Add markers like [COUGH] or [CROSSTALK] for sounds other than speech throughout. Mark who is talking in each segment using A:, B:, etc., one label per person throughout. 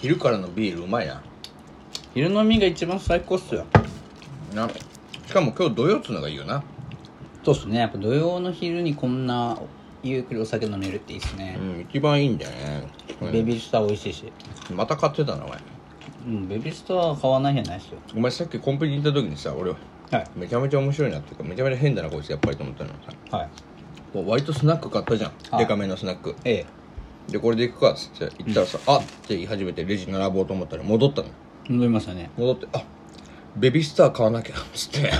A: 昼からのビールうまいな
B: 昼飲みが一番最高っすよ
A: なしかも今日土曜っつうのがいいよな
B: そうっすねやっぱ土曜の昼にこんなゆっくりお酒飲めるっていいっす
A: う
B: ね、
A: ん一番いいんだよね [LAUGHS] うん
B: ベビースター美味しいし
A: また買ってたなお前
B: うんベビースターは買わない日はないっすよ
A: お前さっきコンビニ行った時にさ俺
B: はい
A: めちゃめちゃ面白いなっていうかめちゃめちゃ変だなこいつやっぱりと思ったのがさ
B: はい
A: もう割とスナック買ったじゃん
B: はい
A: デカめのスナック
B: ええ
A: でこれで行くかっつって行ったらさ「あっ」って言い始めてレジ並ぼうと思ったら戻ったの
B: 飲みましたね
A: 戻って「あベビースター買わなきゃ」っつって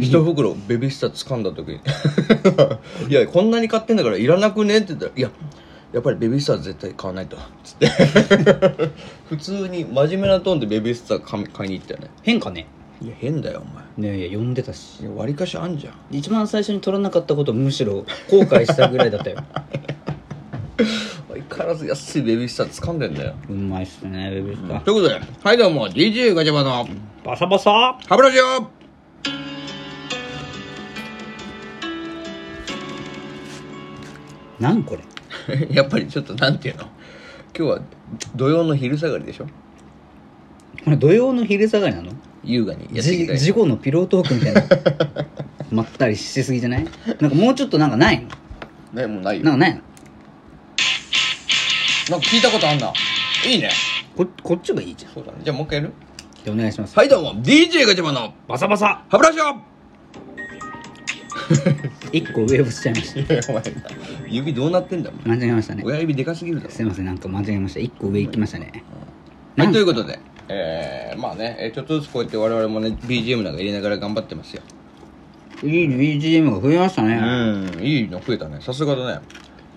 A: 一袋ベビースター掴んだ時に「いやこんなに [LAUGHS] 買ってんだからいらなくね」って言ったら「いややっぱりベビースター絶対買わないと」つって [LAUGHS] 普通に真面目なトーンでベビースター買い買いに行ったよね
B: 変かね
A: いや変だよお
B: ねえいや呼んでたし
A: 前いや割りかしあんじゃん
B: 一番最初に取らなかったことむしろ後悔したぐらいだったよ
A: 相変わらず安いベビースター掴んでんだよ
B: うまいっすねベビースター、
A: ということではいどうも DJ ガチャバの
B: バサバサ
A: 歯ブラシよ
B: なんこれ
A: [LAUGHS] やっぱりちょっとなんていうの今日は土曜の昼下がりでしょ
B: これ土曜の昼下がりなの
A: 優雅にやっていき
B: じ
A: たい
B: 事故のピロートークみたいなまったりしすぎじゃないなんかもうちょっとなんかないの
A: ねもうないよ
B: なんかないの
A: なんか聞いたことあんな。いいね。
B: ここっちがいいじゃん
A: そうだね。じゃあもう一回やる
B: じゃあお願いします
A: はい、どうも。DJ ガチャマンの
B: バサバサ
A: 歯ブラシよ
B: 一個ウェーブしちゃいまし
A: お前、指どうなってんだお前
B: た間違えましたね
A: 親指でかすぎるだろ。
B: すいませんなんか間違えました一個上行きましたね
A: は、
B: ないん
A: ということで、えー、まあね、えーちょっとずつこうやって我々もね、BGM なんか入れながら頑張ってますよ。
B: いい BGM が増えました
A: う
B: ね
A: ん、いいの増えたね。さすがだね。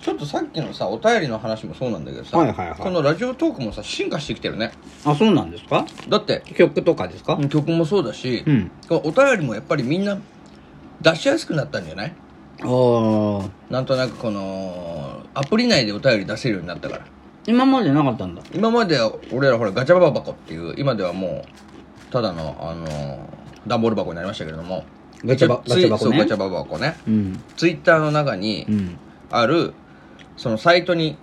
A: ちょっとさっきのさ、お便りの話もそうなんだけどさ、
B: はいはいはい
A: このラジオトークもさ、進化してきてるね。
B: あそうなんですか
A: だって、
B: 曲とかですか
A: 曲もそうだし、
B: うん
A: このお便りもやっぱりみんな出しやすくなったんじゃない
B: ああ
A: なんとなくこのアプリ内でお便り出せるようになったから
B: 今までなかったんだ
A: 今までは俺らほらガチャババ箱っていう今ではもうただのあのー段ボール箱になりましたけれども
B: ガチャバ
A: ツイ
B: ガチャ
A: そ
B: 箱ね
A: うガチャババ箱ね
B: うん
A: ツイッターの中に
B: うん
A: ある、そのサイトに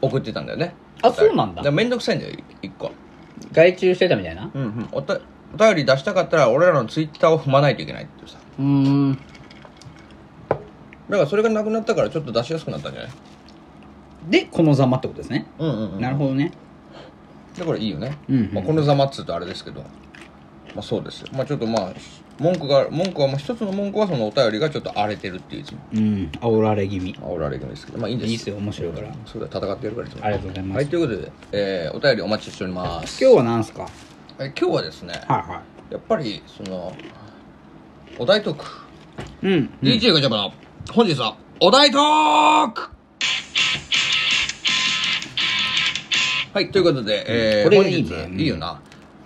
A: 送ってたんだよね
B: あそうなんだ
A: からめんどくさいんだよ一個
B: 外注してたみたいな
A: うんうんおたお便り出したかったら俺らのツイッターを踏まないといけないっていうさ
B: うーん
A: だからそれがなくなったからちょっと出しやすくなったんじゃない
B: でこのざまってことですね
A: うんうん、うん、
B: なるほどね
A: だからいいよね、
B: うんうん
A: まあ、このざまっつうとあれですけど、まあ、そうですよまあちょっとまあ文句が文句はまあ一つの文句はそのお便りがちょっと荒れてるっていういつも
B: うん煽られ気味
A: 煽られるんですけどまあいいんです
B: いいっすよ面白いから
A: そうだ戦ってやるからいつも
B: ありがとうございます
A: はいということで、えーお便りお待ちしております
B: 今日は何すかはい
A: えー今日はですね
B: は
A: やっぱりそのお題トーク、
B: いうん、
A: DJ ガチャバの本日はお題トークはいということで、えー、
B: これがいいね
A: 本日いいよな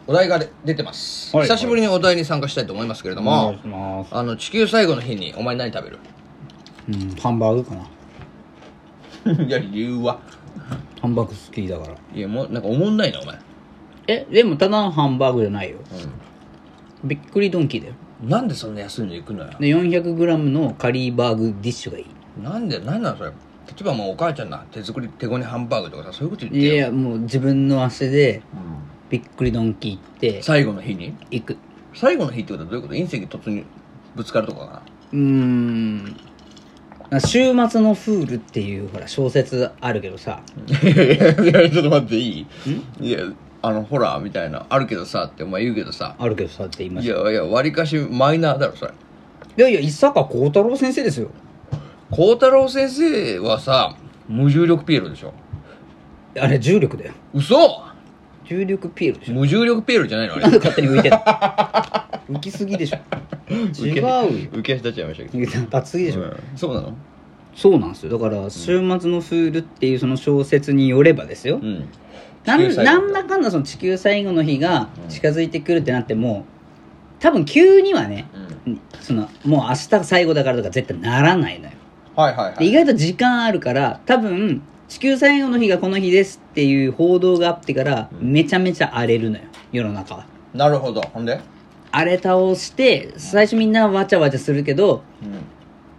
A: お題がで出てます、
B: はい
A: 久しぶりにお題に参加したいと思いますけれども、
B: お願いします
A: あの地球最後の日にお前何食べ
B: [LAUGHS] うんハンバーグかな
A: るいや理由は
B: ハンバーグ好きだから
A: いやもうなんか思んないなお前、
B: えでもただのハンバーグじゃないよびっくりドンキーだよ
A: なんでそんな安いの行くのよ
B: で 400g のカリーバーグディッシュがいい
A: なんでなんなのそれ例えばもうお母ちゃんな手作り手ごねハンバーグとかさそういうこと言って
B: い
A: よ
B: やいやもう自分の足で
A: うん
B: びっくりドンキー行って
A: 最後の日に
B: 行く
A: 最後の日ってことはどういうこと隕石突入ぶつかるとかかな
B: うーんあ週末のフールっていうほら小説あるけどさ
A: いやいやいやちょっと待っていいいやあのほらみたいなあるけどさってお前言うけどさ
B: あるけどさって言いま
A: い
B: したい
A: やいやわりかしマイナーだろそれ
B: やいや伊坂幸太郎先生ですよ
A: 孝太郎先生はさ無重力ピエロでしょ
B: あれ重力だよ
A: 嘘
B: 重力ピエロでしょ
A: 無重力ピエロじゃないのあ
B: なん
A: れ
B: で勝手に浮いてん [LAUGHS] の浮きすぎでしょ違 [LAUGHS] うよ
A: 浮き足立っちゃいましたけ
B: 浮き立ちすぎでしょ、
A: ど、うんそうなの
B: そうなんですよだから「週末のフール」っていうその小説によればですよ、
A: うん
B: な
A: 地球
B: ん
A: 最後
B: なんだかんだその地球最後の日が近づいてくるってなっても多分急にはね、そのもう明日最後だからとか絶対ならないのよ
A: はいはいは
B: で
A: い
B: 意外と時間あるから多分地球最後の日がこの日ですっていう報道があってからめちゃめちゃ荒れるのよ世の中は
A: なるほどほんで
B: 荒れ倒して最初みんなわちゃわちゃするけど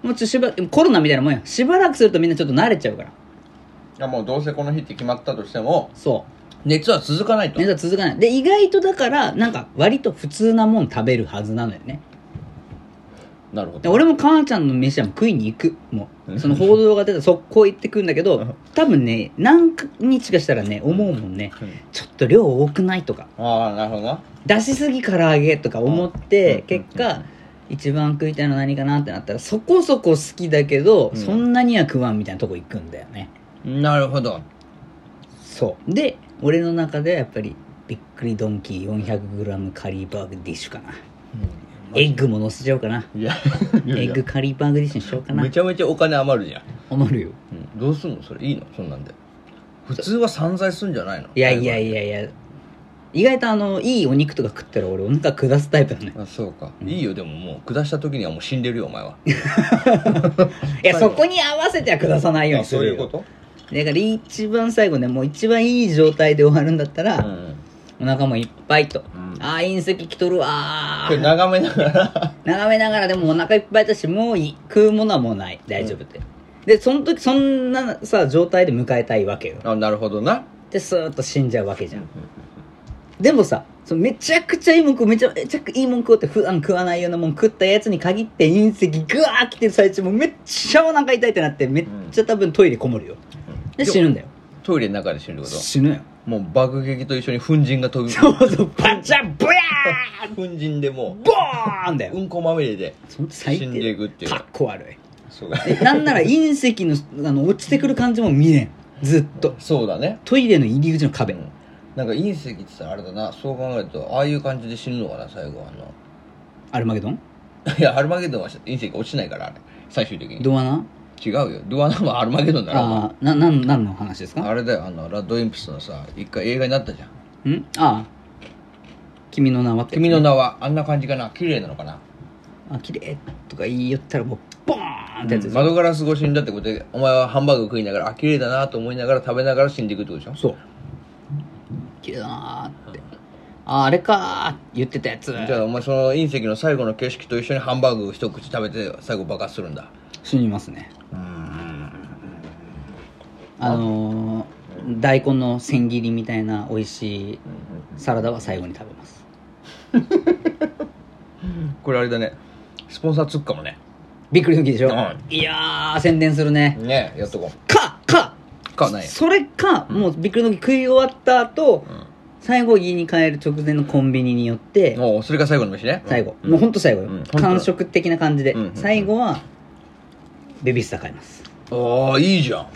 A: うん
B: もうちょっとしばコロナみたいなもんやしばらくするとみんなちょっと慣れちゃうから
A: いやもうどうせこの日って決まったとしても
B: そ
A: 熱は続かないと
B: 熱は続かないで意外とだからなんか割と普通なもん食べるはずなのよね
A: なるほ
B: で
A: ど
B: 俺も母ちゃんの飯はもう食いに行くも
A: うん
B: うその報道が出たら速攻行ってくんだけど多分ね何日かしたらね思うもんね
A: うん
B: ちょっと量多くないとか
A: ああなるほどな
B: 出しすぎ唐揚げとか思って
A: うん
B: 結果一番食いたいの何かなってなったらそこそこ好きだけど
A: うん
B: そんなには食わんみたいなとこ行くんだよね
A: なるほど
B: そうで俺の中ではやっぱりびっくりドンキー 400g カリーバーグディッシュかなエッグも乗せちゃおうかない
A: やい
B: エ
A: やい
B: ッ
A: や
B: グカリーバーグディッシュにしようかな
A: めちゃめちゃお金余るじゃん、
B: 余るよ
A: うんどうすんのそれいいのそんなんで普通は散財すんじゃないの
B: いやい
A: や
B: やいやいや意外とあのいいお肉とか食ったら俺お腹下すタイプなのよ
A: あそうか、いいよでももう下した時にはもう死んでるよお前はい
B: やそこに合わせては下さないようにす
A: そうい
B: る
A: うこ
B: よ
A: と
B: だから一番最後ねもう一番いい状態で終わるんだったら、
A: ん
B: お腹もいっぱいと、
A: ん
B: ああ隕石来とるわ
A: これ
B: ー
A: 眺めなが
B: [LAUGHS]
A: ら
B: 眺めながらでもお腹いっぱいだしもういい食うものはもうない大丈夫って、でその時そんなさ状態で迎えたいわけよ
A: あなるほどな
B: でスーッと死んじゃうわけじゃん、でもさそのめちゃくちゃいいもん食うめちゃめちゃいいもん食おうって普段食わないようなもん食ったやつに限って隕石グワー来てる最中もうめっちゃお腹痛いってなってめっちゃ多分トイレこもるよで死ぬんだよ
A: トイレの中で死ぬってこ
B: 死ぬよ
A: ともう爆撃と一緒に粉塵が飛び
B: [LAUGHS] そ
A: 粉
B: うそうバチャブヤー
A: 塵でも
B: ボーンだ
A: う
B: よ
A: うんこまみれで
B: その最
A: 死んでい
B: 低
A: くっていう
B: かっこ悪い
A: そうだ
B: でなんなら隕石のあの落ちてくる感じも見れんずっと
A: そうだね
B: トイレの入り口の壁、
A: うんなんか隕石って言ったらあれだなそう考えるとああいう感じで死ぬのかな最後あの
B: アルマゲドン
A: いやアルマゲドンは隕石落ちないからあれ最終的に
B: ドアナ
A: 違うよドアナはアルマゲドンだろ
B: ああななんなんの話ですか
A: あれだよあのラッドインプスのさ一回映画になったじゃん
B: んああ君の名は
A: 「
B: ってやつ
A: 君
B: ね
A: の名は」あんな感じかな綺麗なのかな
B: あ綺麗とか言いよったらもうボーンってやつですよ、
A: 窓ガラス越しにだってことでお前はハンバーグ食いながらあ綺麗だなと思いながら食べながら死んでいくってことでしょ
B: そう綺麗だなーってああれかー言ってたやつ
A: じゃあお前その隕石の最後の景色と一緒にハンバーグを一口食べて最後爆発するんだ
B: 死にますね
A: うん
B: あのー、大根の千切りみたいな美味しいサラダは最後に食べます
A: これあれだねスポンサーつくかもね
B: びっくりドンキーでしょ、
A: うん
B: いやー宣伝するね
A: ねえやっとこう
B: かか
A: かない
B: それか、もうびっくりドンキー食い終わった後、
A: ん
B: 最後家に帰る直前のコンビニに寄って、
A: もうそれが最後の飯ね
B: 最後、
A: うん
B: もうほんと最後よ、
A: うん
B: 完食的な感じで、
A: うんうんうん
B: 最後はベビースター買います
A: ああいいじゃんっ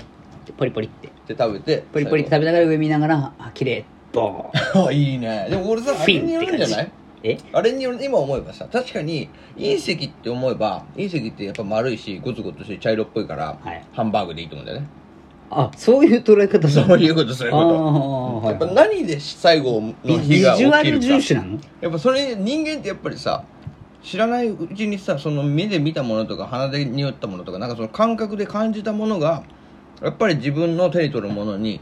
B: でポリポリって
A: て食べて
B: ポリポリって食べながら上見ながらあ綺麗ボー
A: [LAUGHS]
B: ン
A: あいいねでも俺さあれによるんじゃ
B: フィンっ
A: な
B: て
A: い
B: え
A: あれによる今思えばさ確かに隕石って思えば隕石ってやっぱ丸いしゴツゴツして茶色っぽいから、
B: はい
A: ハンバーグでいいと思うんだよね [LAUGHS]
B: あそういう捉え方だ
A: そういうことそういう
B: あ
A: こ
B: あ
A: とや
B: は
A: っ
B: い
A: ぱ
B: はい
A: 何で最後の
B: ビビ
A: 日
B: ジ
A: が起
B: ュア
A: きる
B: ル
A: か
B: 重視なの
A: やっぱそれ人間ってやっぱりさ知らないうちにさその目で見たものとか鼻で匂ったものとかなんかその感覚で感じたものがやっぱり自分の手に取るものに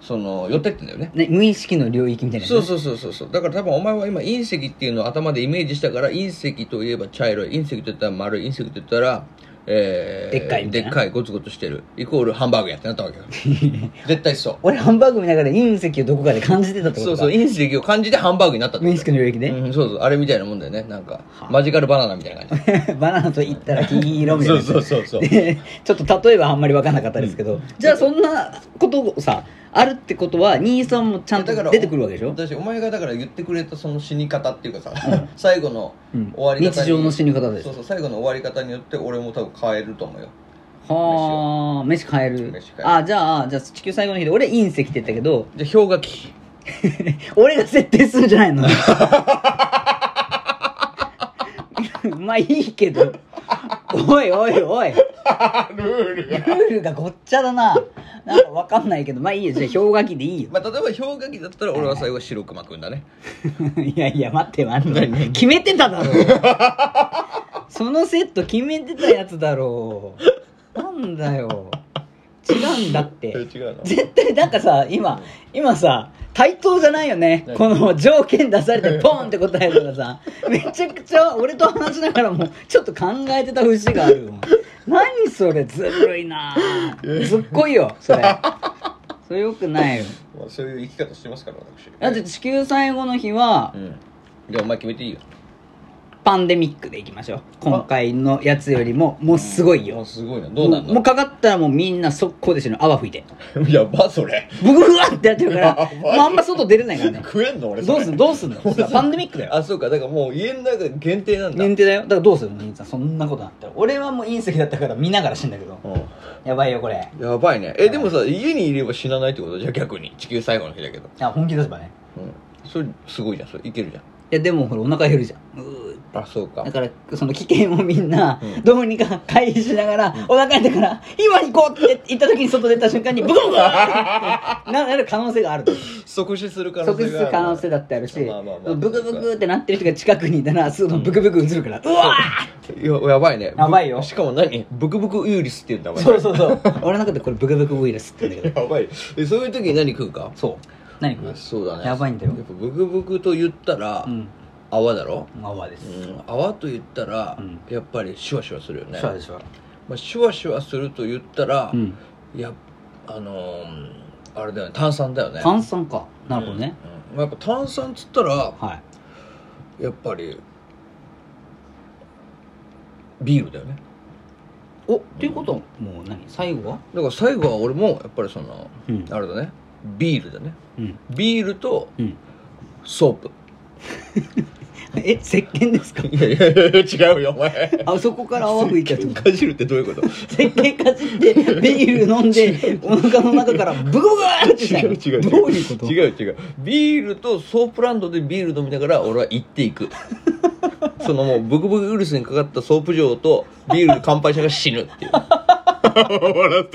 A: その寄ってってんだよね
B: ね無意識の領域みたいな
A: そうそうそうそうそうだから多分お前は今隕石っていうのを頭でイメージしたから隕石といえば茶色い隕石といったら丸い隕石といったらえー
B: でっかいみた
A: で
B: いな
A: っかいゴツゴツしてるイコールハンバーグやってなったわけよ
B: [LAUGHS]
A: 絶対そ
B: 俺ハンバーグ見ながら隕石をどこかで感じてたっ
A: う
B: て
A: そ
B: こと
A: う
B: か
A: そう隕石を感じてハンバーグになったって
B: 無意識の領域で、
A: うん、そうそうあれみたいなもんだよねなんか
B: はあ
A: マジカルバナナみたいな
B: [LAUGHS]
A: 感
B: [LAUGHS] バナナと言ったら金色み
A: じ
B: たいな
A: そうそうそうそう
B: でちょっと例えばあんまり分かんなかったですけど、じゃあそんなことをさあるってことは兄さんもちゃんと出てくるわけでしょ、
A: 私お前がだから言ってくれたその死に方っていうかさ、最後の
B: うん
A: 終わり方に
B: 日常の死に方です
A: そうそう最後の終わり方によって俺も多分変えると思うよ
B: はあ飯変える
A: 飯変える
B: あじゃあじゃあ地球最後の日で俺隕石って言ったけど [LAUGHS]
A: じゃあ氷河期
B: 俺が設定するんじゃ [LAUGHS] ないのまあいいけどおいおいおい [LAUGHS] ルールがごっちゃだななんか分かんないけどまあいいよじゃあ氷河期でいいよ
A: まあ、例えば氷河期だったら俺は最後白く巻くんだね、
B: [LAUGHS] いやいや待って待って決めてただろそのセット決めてたやつだろなんだよ違うんだって
A: 違うの
B: 絶対なんかさ今今さ対等じゃないよね
A: 何
B: この条件出されてポンって答えるからさめちゃくちゃ俺と話しながらもちょっと考えてた節が
A: [LAUGHS]
B: あるもん何それずるいなぁずっこいよそれそれよくないよ
A: まあ、そういう生き方してますから私
B: だって地球最後の日は
A: うんじゃあお前決めていいよ
B: パンデミックでいきましょう今回のやつよりももうすごい
A: も
B: よ
A: うすごいなどうなん
B: もうも
A: の
B: うかかったらもうみんな速攻で死ぬ泡吹いて
A: [LAUGHS] やばそれ
B: 僕ふわってやってる [LAUGHS] から
A: やばい
B: もうあんま外出れないから [LAUGHS] ね
A: 食えんの俺
B: どうすん
A: の
B: どうすんの [LAUGHS] さパンデミックだよ
A: あそうかだからもう家の中限定なんだ、
B: 認定だよだからどうするの兄さんそんなことなったら俺はもう隕石だったから見ながら死んだけど
A: う
B: やばいよこれ
A: んやばいねえでもさ家にいれば死なないってことじゃあ逆に地球最後の日だけど
B: あ本気出せばね
A: うんそれすごいじゃんそれいけるじゃん
B: いやでもほらお腹減るじゃんうー
A: あそうか
B: だからその危険をみんな
A: うん
B: どうにか回避しながら、お腹減ったから今行こうって言った時に外出た瞬間にブコブコってななる可能性があると
A: 即死する可能性
B: 即死する可能性だってあるし、
A: まあまあまあ
B: ブクブクってなってる人が近くにいたらすぐブクブク映るから、うわ
A: いややばいねぶ
B: やばいよ
A: しかも何ブクブクウイルスって言うんだ
B: ー
A: もん
B: そうそうそう俺の中でこれブクブクウイルスって言うんだけど
A: やばいえそういう時に何食うか
B: そう何食う
A: そうだね
B: やばいんだよ
A: やっぱブクブクと言ったら、
B: うん
A: 泡だろ、
B: まあわで
A: う
B: す、
A: ん、泡と言ったら、
B: うん
A: やっぱりシュワシュワするよね
B: そうでしょ
A: まあ、シュワシュワすると言ったら、
B: うん
A: いやあのーあれだよね炭酸だよね
B: 炭酸かなるほどね、、
A: うんまあ、やっぱ炭酸っつったら
B: はい
A: やっぱりビールだよね
B: おっていうことはもう何最後は
A: だから最後は俺もやっぱりその、
B: うん
A: あれだねビールだね
B: うん
A: ビールと
B: うん [LAUGHS]
A: ソープ
B: え石鹸ですか
A: いやいやいや違うよお前
B: [LAUGHS] あそこから泡吹いちゃった
A: かじるってどういうこと
B: 石鹸かじってビール飲んでお腹の中からブクブクってした
A: 違
B: の
A: う違う違う
B: [LAUGHS] どういうこと
A: 違う違うビールとソープランドでビール飲みながら俺は行ってい
B: [LAUGHS]
A: くそのもうブク
B: [LAUGHS]
A: ブクウイルスにかかったソープ嬢とビールの乾杯者が死ぬっていう笑って